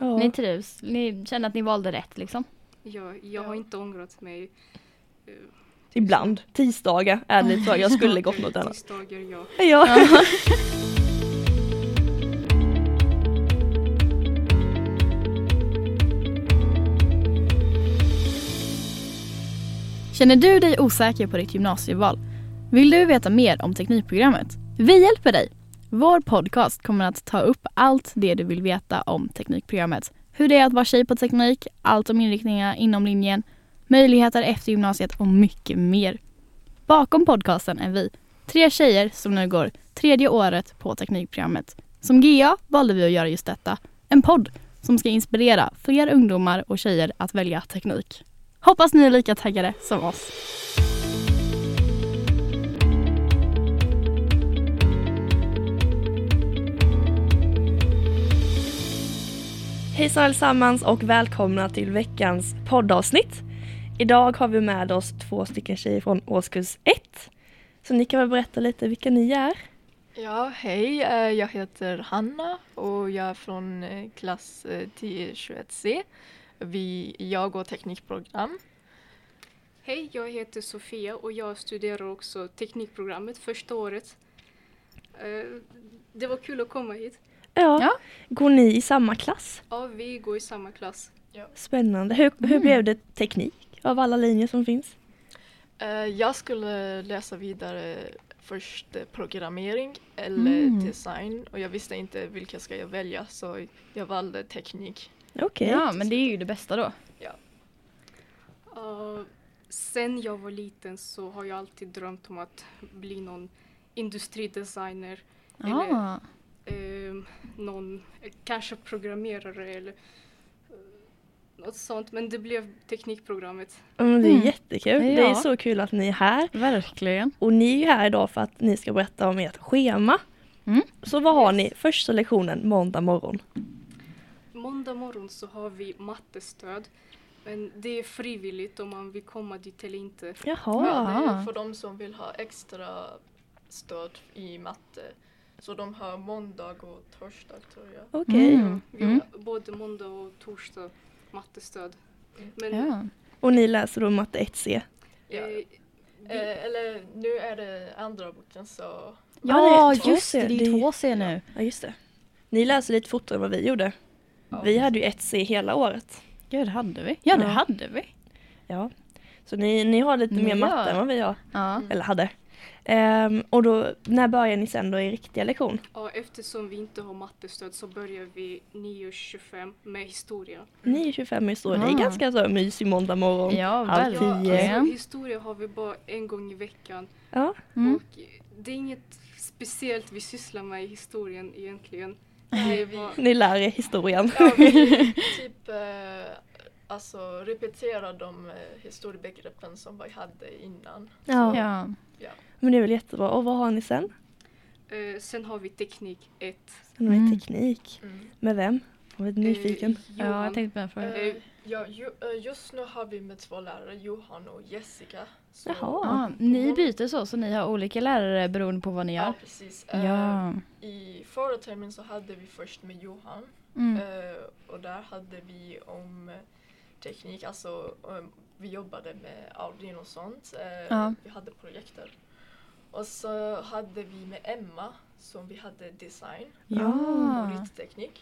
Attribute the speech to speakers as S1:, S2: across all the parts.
S1: Ni trivs. Ni känner att ni valde rätt liksom.
S2: Jag, jag har inte ångrat mig. Eh,
S3: Ibland. Tisdagar är det lite så. Jag skulle gått något annat.
S2: Tisdagar, ja.
S3: Ja.
S1: Känner du dig osäker på ditt gymnasieval? Vill du veta mer om Teknikprogrammet? Vi hjälper dig! Vår podcast kommer att ta upp allt det du vill veta om Teknikprogrammet. Hur det är att vara tjej på teknik, allt om inriktningarna inom linjen, möjligheter efter gymnasiet och mycket mer. Bakom podcasten är vi, tre tjejer som nu går tredje året på Teknikprogrammet. Som GA valde vi att göra just detta, en podd som ska inspirera fler ungdomar och tjejer att välja teknik. Hoppas ni är lika taggade som oss.
S3: Hejsan allesammans och välkomna till veckans poddavsnitt. Idag har vi med oss två stycken tjejer från årskurs 1. Så ni kan väl berätta lite vilka ni är.
S4: Ja, hej. eh, Jag heter Hanna och jag är från eh, klass eh, 1021C. Vi, jag går teknikprogram.
S2: Hej, jag heter Sofia och jag studerar också teknikprogrammet första året. Eh, Det var kul att komma hit.
S3: Ja.
S1: Ja.
S3: Går ni i samma klass?
S2: Ja, vi går i samma klass.
S3: Spännande. Hur, hur blev det teknik av alla linjer som finns?
S4: Eh, Jag skulle läsa vidare först eh, programmering eller
S1: Mm.
S4: design och jag visste inte vilka ska jag välja så jag valde teknik.
S3: Okej.
S1: Ja, men det är ju det bästa då.
S2: Eh, Sen jag var liten så har jag alltid drömt om att bli någon industridesigner. Eller-
S1: Ah.
S2: eh, någon, eh, kanske programmerare eller eh, något sånt. Men det blev teknikprogrammet.
S3: Ja, men det är
S1: Mm.
S3: jättekul.
S1: Ja.
S3: Det är så kul att ni är här.
S1: Verkligen.
S3: Och ni är ju här idag för att ni ska berätta om ert schema.
S1: Mm.
S3: Så vad har ni? Första lektionen måndag morgon.
S2: Måndag morgon så har vi mattestöd. Men det är frivilligt om man vill komma dit eller inte.
S3: Jaha.
S4: Men, eh,
S1: Ah.
S4: För de som vill ha extra stöd i matte så de har måndag och torsdag tror jag.
S3: Okej.
S1: Mm.
S2: Vi har både måndag och torsdag mattestöd. Men
S1: Ja.
S3: Och ni läser då matte 1C.
S4: Ja.
S2: eh, vi,
S4: Eh, eller nu är det andra boken så
S3: Ja,
S1: Ja,
S3: det är
S1: just det.
S3: 2C.
S1: Det
S3: Det
S1: är
S3: är-
S1: 2C nu.
S3: Ja just det. Ni läser lite fortare än vad vi gjorde.
S4: Ja.
S3: Vi hade ju 1C hela året.
S1: Ja, det hade vi. Ja, det
S3: Ja.
S1: hade vi.
S3: Ja. Så ni, ni har lite
S1: Ni
S3: mer matte
S1: gör.
S3: än vad vi har.
S1: Ja.
S3: Eller hade. Ehm, och då, när börjar ni sen då i riktiga lektion?
S2: ja, eftersom vi inte har mattestöd så börjar vi 9.25 med historia.
S3: 9.25 i historia. Det
S1: Ah.
S3: är ganska så här mysig måndag morgon.
S1: Ja,
S3: Halv
S1: väl.
S3: tio.
S1: Ja.
S2: alltså, historia har vi bara en gång i veckan.
S3: Ja.
S1: Mm.
S2: Och det är inget speciellt vi sysslar med i historien egentligen.
S4: Nej,
S2: Det
S4: vi,
S2: var-
S3: Ni lär er historien.
S4: ja, vi typ eh, alltså, repeterar de eh, historiebegreppen som vi hade innan.
S3: Ja.
S1: Ja.
S3: Men det är väl jättebra. Och vad har ni sen?
S2: Eh, sen har vi teknik 1.
S3: Sen har ni
S1: Mm.
S3: teknik.
S4: Mm.
S3: Med vem? Jag är
S2: Mm.
S3: nyfiken.
S2: Eh,
S1: ja, jag tänkte på den frågan.
S4: Eh, ja, ju, eh, just nu har vi med två lärare, Johan och Jessica. Så,
S3: Jaha.
S1: Ja, ni byter så, så ni har olika lärare beroende på vad ni
S4: Ja,
S1: gör.
S4: precis. Eh,
S1: Ja.
S4: I förra terminen så hade vi först med Johan
S1: Mm.
S4: Eh, och där hade vi om eh, teknik, alltså om vi jobbade med Arduino och sånt. Eh,
S1: Ja.
S4: Vi hade projekter. Och så hade vi med Emma som vi hade design och
S1: Ja.
S4: riktteknik.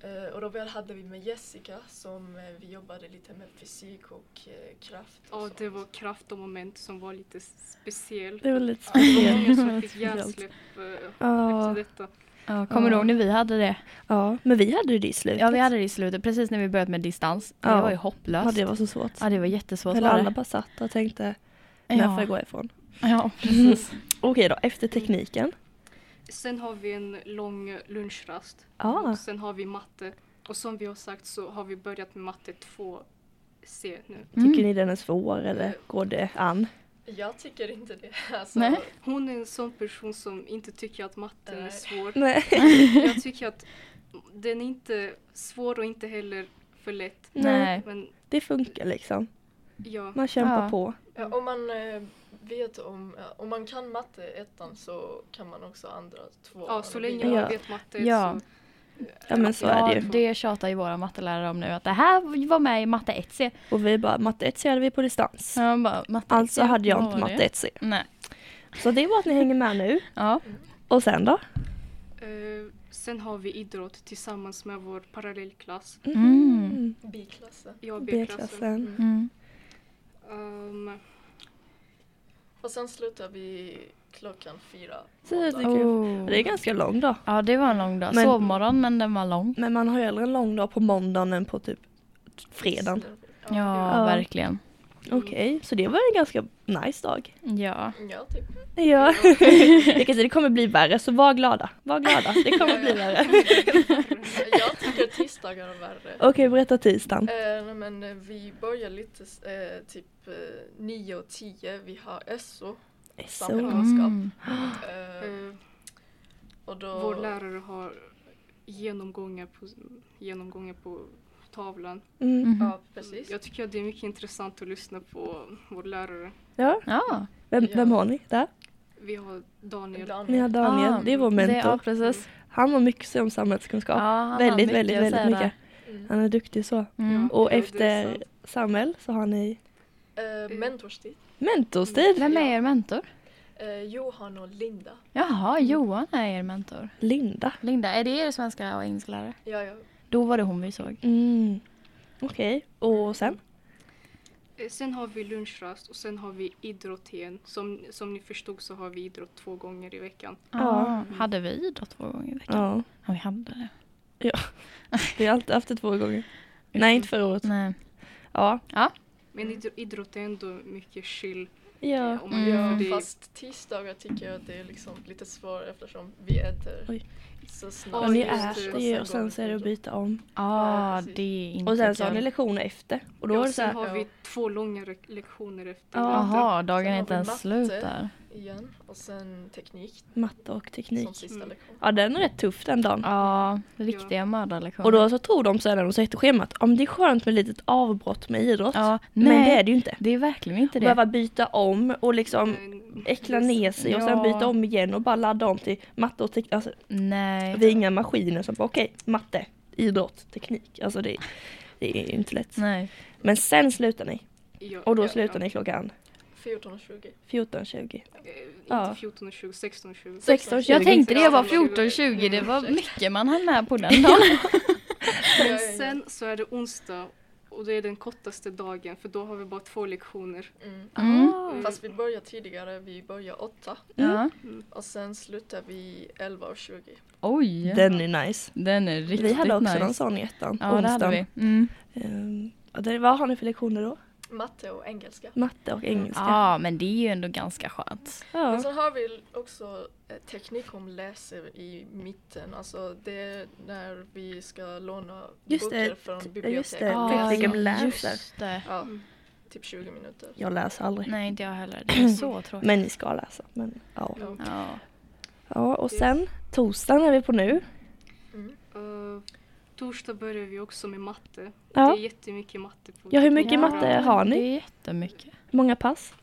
S4: Eh, och då väl hade vi med Jessica som eh, vi jobbade lite med fysik och eh, kraft.
S2: Ja,
S4: Och sånt.
S2: det var kraft och moment som var lite speciell.
S3: Det var lite
S2: Det var
S3: speciellt.
S2: många som fick
S3: Speciellt.
S2: hjärnsläpp eh,
S3: Ja.
S2: efter detta.
S1: ja. Kommer du
S3: Ja.
S1: ihåg när vi hade det?
S3: Ja, men vi hade ju det i slutet.
S1: Ja, vi hade det i slutet. Precis när vi började med distans. Det
S3: Ja.
S1: var ju
S3: Ja,
S1: hopplöst.
S3: det var så svårt.
S1: Ja, det var jättesvårt.
S3: Eller
S1: var det.
S3: alla bara satt och tänkte, när får jag
S1: Ja.
S3: gå ifrån?
S1: ja, precis.
S3: Okej då, efter tekniken.
S2: Sen har vi en lång lunchrast.
S3: Ja.
S2: Och sen har vi matte. Och som vi har sagt så har vi börjat med matte 2C nu.
S1: Mm.
S3: Tycker ni den är svår eller går det an?
S4: Jag tycker inte det. Alltså,
S1: Nej.
S2: Hon är en sån person som inte tycker att matten är
S4: Nej.
S2: svår.
S3: Nej.
S2: Jag tycker att den är inte svår och inte heller för lätt.
S1: Nej.
S2: Men
S3: Det funkar liksom.
S2: ja,
S3: Man kämpar
S1: Ja.
S3: på.
S4: Ja, om man eh, vet om, ja, om man kan matte ettan så kan man också andra tvåan.
S2: ja så
S4: och
S2: länge
S4: vidare.
S2: man
S3: Ja.
S2: vet matte
S1: Ja.
S2: så
S3: Ja men så
S1: ja,
S3: är det ju.
S1: det tjatar ju våra mattelärare om nu att det här var med i matte 1C.
S3: Och vi bara, matte 1 hade vi på distans.
S1: Ja, man bara, matte
S3: Alltså
S1: 1C,
S3: hade jag
S1: vad
S3: inte
S1: var det?
S3: matte 1C.
S1: Nej.
S3: Så det var att ni hänger med nu.
S1: Ja.
S3: Och sen då?
S2: Eh, sen har vi idrott tillsammans med vår parallellklass.
S1: Mm.
S4: B-klassen.
S2: Jag och
S3: B-klassen.
S2: B-klassen.
S1: Mm.
S2: Mm. Ehm,
S4: Och sen slutar vi klockan fyra.
S3: Så det, är kul.
S1: Oh.
S3: det är ganska lång dag.
S1: Ja, det var en lång dag.
S3: Men-
S1: Sovmorgon, men den var lång.
S3: Men man har ju hellre en lång dag på måndagen än på typ fredagen.
S1: Ja,
S3: Ja.
S1: verkligen.
S3: Okej, så det var en ganska nice dag.
S1: Ja.
S4: Ja, typ.
S3: Ja. Jag kan säga, det kommer bli värre så var glada. Var glada, det kommer bli värre.
S4: Jag tycker tisdagar är värre.
S3: Okej, berätta tisdagen.
S4: Eh, nej, men eh, vi börjar lite s- eh, typ eh, nio och tio. Vi har SO,
S3: Så.
S1: Mm.
S4: eh,
S2: eh,
S4: och
S2: vår
S4: då
S2: lärare har genomgångar på, genomgångar på tavlan.
S3: Mm.
S1: Mhm.
S4: Ja, precis.
S2: Jag tycker att det är mycket intressant att lyssna på vår lärare.
S3: Ja,
S1: Ja.
S3: vem, vem har ni där?
S2: Vi har Daniel.
S4: Ibland-
S3: Ni har Daniel,
S1: Ah,
S3: det är vår
S1: Det, ja,
S3: mentor.
S1: precis.
S3: Han har mycket att säga om samhällskunskap.
S1: Ja, han har
S3: väldigt,
S1: mycket
S3: väldigt,
S1: att
S3: väldigt
S1: säga där.
S3: mycket.
S4: Mm.
S3: Han är duktig så.
S1: Mm.
S2: Ja,
S3: Och
S2: det är
S3: efter
S2: sant.
S3: Samuel så har ni
S2: Mm.
S4: Eh, mentorstid.
S3: mentorstid.
S1: Vem är er mentor?
S4: Eh, Johan och Linda.
S1: Jaha, Johan är er mentor.
S3: Linda.
S1: Linda, är det er svenska och engelsklärare?
S4: Ja, ja.
S2: Mm.
S1: Då var det hon vi såg.
S3: Mm. Okej, och sen?
S2: Eh, Sen har vi lunchrast och sen har vi idrott igen. Som, som ni förstod så har vi idrott två gånger i veckan.
S1: Ja. Ah, Hade vi idrott två gånger i veckan? Ja,
S3: Ja,
S1: vi hade det.
S3: vi har alltid haft det två gånger. Nej, inte förra året.
S1: Nej.
S3: Ja.
S2: Men
S4: Mm.
S2: idr- idrott är ändå mycket chill.
S3: ja.
S2: eh, Om man
S1: Mm.
S2: jämför det-
S4: ja. Fast tisdagar tycker jag att det är liksom lite svårare eftersom vi äter
S3: Oj.
S4: så snabbt.
S2: Ja,
S3: Och ni
S2: just
S3: äter
S2: det.
S3: ju
S4: går
S3: och sen
S4: vi
S3: så är det att
S4: till jobb.
S3: byta om.
S1: Ah,
S4: Ja, precis.
S1: det är inte
S3: Och sen så har
S1: kul.
S3: ni lektioner efter. Och då
S2: Ja,
S3: är det så
S2: sen
S3: här,
S2: har vi
S4: Ja.
S2: två långa re- lektioner efter
S3: Ja.
S2: varandra.
S1: Jaha, dagen
S4: Sen
S1: är
S4: har
S1: inte
S4: vi
S1: ens
S4: matte.
S1: slut där.
S4: igen och sen teknik
S3: matte och
S4: som
S3: teknik.
S4: sista
S2: Mm.
S4: lektion.
S3: Ja, den är rätt tuff den dagen.
S1: Ja, riktiga mördarlektioner.
S3: Och då så tror de så här när de sätter schemat, om det är skönt med ett litet avbrott med idrott.
S1: Ja, nej,
S3: Men det är det ju inte.
S1: det är verkligen inte det. Mm.
S3: Behöva byta om och liksom
S2: Men-
S3: äckla ner sig och
S1: Ja.
S3: sen byta om igen och bara ladda om till matte och teknik. Alltså,
S1: Nej.
S3: vi är inga maskiner som bara okej, matte, idrott, teknik. Alltså det, det är ju inte lätt.
S1: Nej.
S3: Men sen slutar ni.
S2: Ja,
S3: Och då
S2: ja,
S3: slutar
S2: ja.
S3: ni klockan
S4: 14.20.
S3: 14.20.
S2: Eh, Inte
S3: Ja.
S2: 14 och 20, 16 och 20.
S3: 16.20.
S1: Jag tänkte liksom det var
S2: 14-20,
S1: 14-20, det var mycket man hann med på den dagen.
S4: Ja,
S2: Men
S4: ja, ja.
S2: sen så är det onsdag och det är den kortaste dagen för då har vi bara två lektioner.
S4: Mm.
S1: Mm.
S3: Ah.
S4: Fast vi börjar tidigare, vi börjar 8
S1: Ja.
S4: och sen slutar vi 11.20.
S1: Oj, den,
S3: Den är nice.
S1: är riktigt
S3: Vi hade också
S1: nice.
S3: någon sån i ettan,
S1: Ja, det hade vi.
S3: onsdagen.
S1: Mm.
S3: Ehm, och det, vad har ni för lektioner då?
S4: Matte och engelska.
S3: Matte och engelska.
S1: Ja, men det är ju ändå ganska skönt.
S3: Ja.
S4: Men sen har vi också eh, teknik om läser i mitten. Alltså det är när vi ska låna
S3: Just
S4: böcker
S3: det,
S4: från
S3: t- ja,
S4: biblioteket.
S3: just det,
S1: Ah,
S3: tekniker
S1: ja,
S3: läser.
S1: just det.
S4: Ja, typ 20 minuter.
S3: Jag läser aldrig.
S1: Nej, inte jag heller. Det är så tråkigt.
S3: Men ni ska läsa. Men, ja.
S2: Ja.
S1: Ja.
S3: ja, och sen torsdagen är vi på nu.
S4: Mm.
S2: Eh, torsdag börjar vi också med matte. Det
S3: Ja.
S2: är jättemycket matte. På
S3: Ja, hur mycket
S1: ja,
S3: matte har ni?
S1: Det är jättemycket.
S3: Många pass.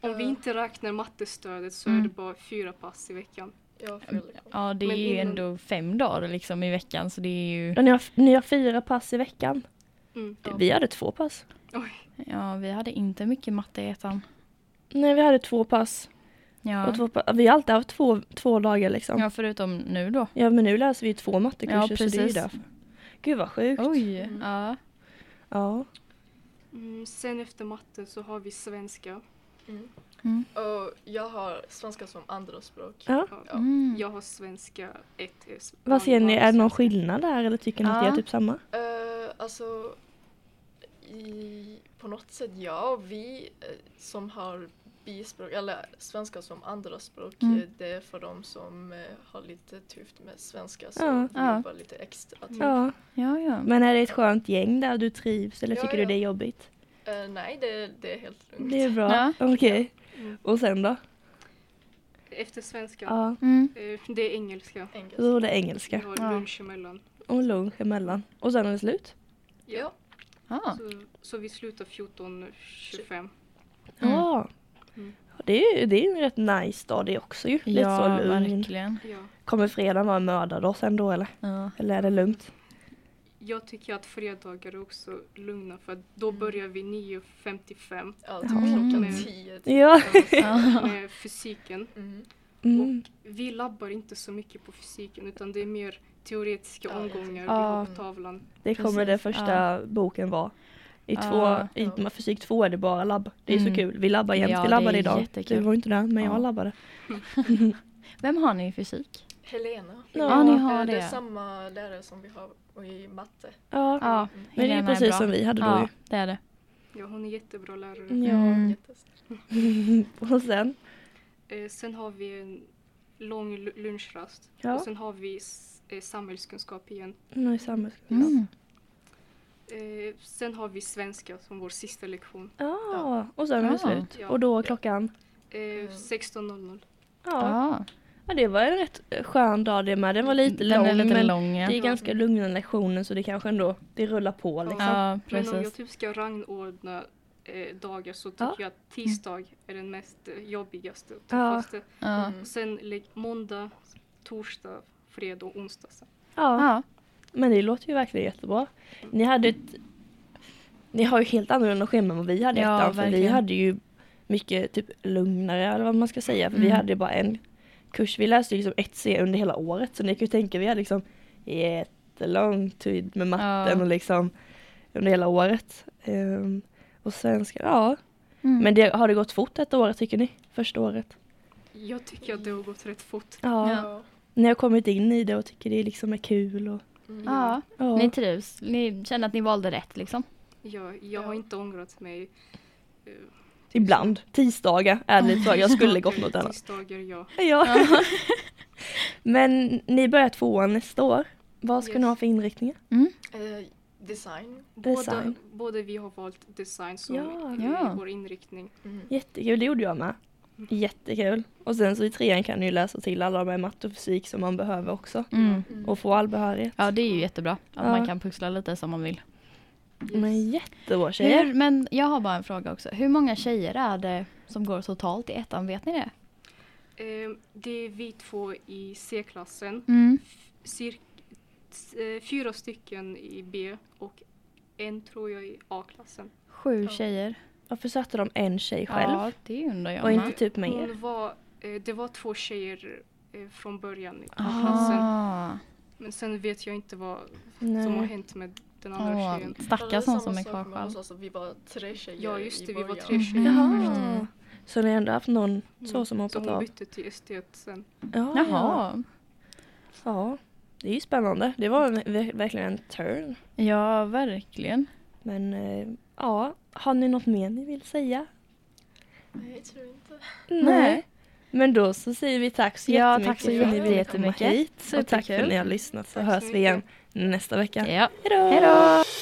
S2: Om vi inte räknar mattestödet så
S1: Mm.
S2: är det bara fyra pass i veckan.
S4: Ja, för lektion.
S1: Ja, det är
S2: Men
S1: ju
S2: innan-
S1: ändå fem dagar liksom i veckan så det är ju...
S3: Och ni, har, ni har fyra pass i veckan.
S2: Mm.
S4: Ja.
S3: Vi hade två pass.
S1: Ja, vi hade inte mycket matte i ettan.
S3: Nej, vi hade två pass.
S1: Ja.
S3: Och två pa- vi har alltid haft två, två dagar liksom. Ja.
S1: ja, förutom nu då.
S3: men nu läser vi ju två mattekurser
S1: Ja,
S3: så det är ju
S1: precis.
S3: därför. Gud vad sjukt.
S1: Oj, ja.
S3: Ja.
S2: Mm, sen efter matte så har vi svenska.
S4: Och jag har svenska som andraspråk.
S3: ja.
S2: Ja.
S1: Mm.
S2: Jag har svenska eh, 1.
S3: Vad ser ni, är det någon skillnad där eller tycker ni att det är
S1: Ja.
S3: typ samma?
S4: Eh, alltså, i, på något sätt ja. Vi eh, som har bispråk, eller svenska som andraspråk,
S1: Mm.
S4: eh, det är för de som eh, har lite tufft med svenska så
S3: Ja.
S4: vi
S1: Ja.
S4: jobbar lite extra. Typ.
S3: Ja.
S1: Ja, ja.
S3: Men är det ett skönt gäng där du trivs eller
S4: Ja,
S3: tycker
S4: ja.
S3: du det är jobbigt?
S4: Eh, nej, det, det är helt lugnt.
S3: Det är bra.
S1: Ja.
S3: Okej.
S2: Mm.
S3: Och sen då?
S2: Efter svenska?
S3: Ja.
S1: Mm.
S2: Eh, Det är engelska.
S4: Engelska.
S3: Så var det
S2: Vi
S3: engelska.
S2: har
S1: Ja.
S2: lunch emellan.
S3: Och lunch emellan. Och sen är det slut.
S4: Ja.
S1: Ja.
S2: Så, så vi slutar 14.25.
S1: Mm.
S3: Ja.
S2: Mm.
S3: Det är, ju- det är ju en rätt nice dag det också ju. Lite så
S1: Ja,
S3: lugn.
S1: verkligen.
S2: Ja.
S3: Kommer fredagen vara en mördardag sen då eller?
S1: Ja.
S3: Eller är det lugnt?
S2: Jag tycker att fredagar är också lugna för att då
S3: Mm.
S2: börjar vi 9.55
S4: Ja,
S3: Ja.
S4: typ klockan
S2: Mm.
S4: tio. typ.
S3: Ja.
S2: med fysiken.
S4: Mm.
S3: Mm.
S2: Vi labbar inte så mycket på fysiken utan det är mer teoretiska
S4: Ja, jag
S2: omgångar vid
S3: Ja.
S2: hopptavlan.
S3: Det kommer
S1: Precis,
S3: den första boken vara. I,
S1: Ja.
S3: två, i
S4: Ja.
S3: fysik två är det bara labb. Det är
S1: Mm.
S3: så kul. Vi labbar jämt.
S1: Ja,
S3: vi labbade
S1: det är
S3: idag.
S1: jättekul.
S3: Du var inte där men
S1: Ja.
S3: jag labbade.
S1: Vem har ni i fysik?
S4: Helena.
S3: Ja,
S4: Eh,
S1: ni har
S4: Det
S1: det.
S4: är samma lärare som vi har i matte.
S3: Ja.
S1: Ja,
S3: Men det är
S1: Helena
S3: precis
S1: bra.
S3: som vi hade då
S1: Ja,
S3: ju.
S1: det är det.
S2: Ja, hon är jättebra lärare.
S3: Mm. Ja.
S1: Mm.
S4: Jättesnäll.
S3: Och sen.
S2: Eh, sen har vi en lång lu- lunchrast
S3: Ja.
S2: och sen har vi s- eh, samhällskunskap igen.
S3: Nej, samhällskunskap.
S1: Mm.
S2: Eh, sen har vi svenska som vår sista lektion.
S3: Ja. Och sen var det
S1: Ja.
S3: slut.
S2: Ja.
S3: Och då var klockan.
S2: Eh, 16.00.
S3: Ja.
S1: Ja.
S3: ja. Det var en rätt skön dag det med. Den var lite
S1: Den
S3: lång.
S1: är lite
S3: men
S1: lång ja.
S3: Det är ganska lugna lektionen så det kanske ändå det rullar på liksom.
S1: Ja,
S2: Men om jag
S1: precis.
S2: typ ska rangordna eh, dagar så tycker
S3: Ja.
S2: jag att tisdag är den mest eh, jobbigaste och
S3: Ja.
S2: tuffaste.
S1: Ja.
S2: Och sen lägg- måndag, torsdag, fredag och onsdag. Sen.
S3: Ja.
S1: Ja.
S3: Men det låter ju verkligen jättebra. Ni hade ett... Ni har ju helt annorlunda schema än vad vi hade i
S1: Ja,
S3: ettan. För vi
S1: verkligen.
S3: hade ju mycket typ lugnare eller vad man ska säga. För vi
S1: Mm.
S3: hade ju bara en kurs. Vi läste ju liksom 1C under hela året. Så ni kan ju tänka vi hade liksom jättelång tid med matten
S1: Ja.
S3: och liksom under hela året. Ehm, och sen ska, ja.
S1: Mm.
S3: Men det, har det gått fort detta året tycker ni? Första året?
S2: Jag tycker att det har gått rätt fort.
S3: Ja.
S4: Ja.
S3: Ni har kommit in i det och tycker det liksom är kul och
S4: Mm.
S1: ja.
S3: ja.
S1: Ni trivs. Ni känner att ni valde rätt liksom.
S2: Jag, jag har
S4: Ja.
S2: inte ångrat mig. eh,
S3: Ibland. Tisdagar är det lite så. Jag skulle gått något annat.
S2: Tisdagar, ja.
S3: Ja. Men ni börjar tvåan nästa år. Vad ska ni
S2: Yes.
S3: ha för inriktningar?
S1: Mm.
S4: Eh, Design.
S2: Båda,
S3: Design.
S2: båda vi har valt design som
S3: Ja.
S2: eh,
S1: Ja.
S2: vår inriktning.
S4: Mm.
S3: Jättekul, det gjorde jag med. Jättekul. Och sen så i trean kan ni ju läsa till alla de här matte och fysik som man behöver också.
S1: Mm.
S4: Mm.
S3: Och få all behörighet.
S1: Ja, det är ju jättebra. Att
S3: Ja.
S1: man kan pussla lite som man vill.
S2: Yes.
S3: Men jättebra tjejer.
S1: Hur, men jag har bara en fråga också. Hur många tjejer är det som går totalt i ettan? Vet ni det?
S2: Eh, det är vi två i C-klassen.
S1: Mm.
S2: Cirk, s- eh, fyra stycken i B och en tror jag i A-klassen.
S1: Sju
S4: Ja.
S1: tjejer.
S3: Varför satte de en tjej själv?
S1: Ja, det undrar jag
S3: och
S1: med.
S3: inte
S4: Mm.
S3: typ med er?
S2: Hon var, eh, det var två tjejer eh, från början i A-klassen.
S1: Ah.
S2: Men sen vet jag inte vad som har
S3: Nej.
S2: hänt med den andra
S4: Ah.
S1: Åh,
S2: tjejen.
S1: Stackars
S4: Ja, det
S1: hon som
S4: samma
S1: är
S4: sak
S1: kvar
S4: med oss,
S1: själv.
S4: Alltså, vi var tre tjejer
S2: Ja, just
S4: i
S2: det, vi var
S4: början.
S2: tre tjejer.
S3: Jaha.
S1: Mm.
S3: Så ni har ändå haft någon så som
S2: Så
S3: hoppat
S2: hon
S3: av?
S2: bytte till estet sen.
S3: Ja, ja.
S1: Jaha.
S3: ja. Det är ju spännande. Det var en, ver- verkligen en turn.
S1: Ja, verkligen.
S3: Men eh, ja, har ni något mer ni vill säga?
S4: Nej, jag tror inte.
S1: Nej.
S3: Men då så säger vi tack så
S1: Ja,
S3: jättemycket
S1: tack så
S3: för att ni ville komma
S1: jättemycket.
S3: hit. Och tack för
S1: Superkul.
S3: att ni har lyssnat så
S2: Tack så
S3: hörs vi igen nästa vecka.
S1: Ja.
S3: Hejdå!
S1: Hej då!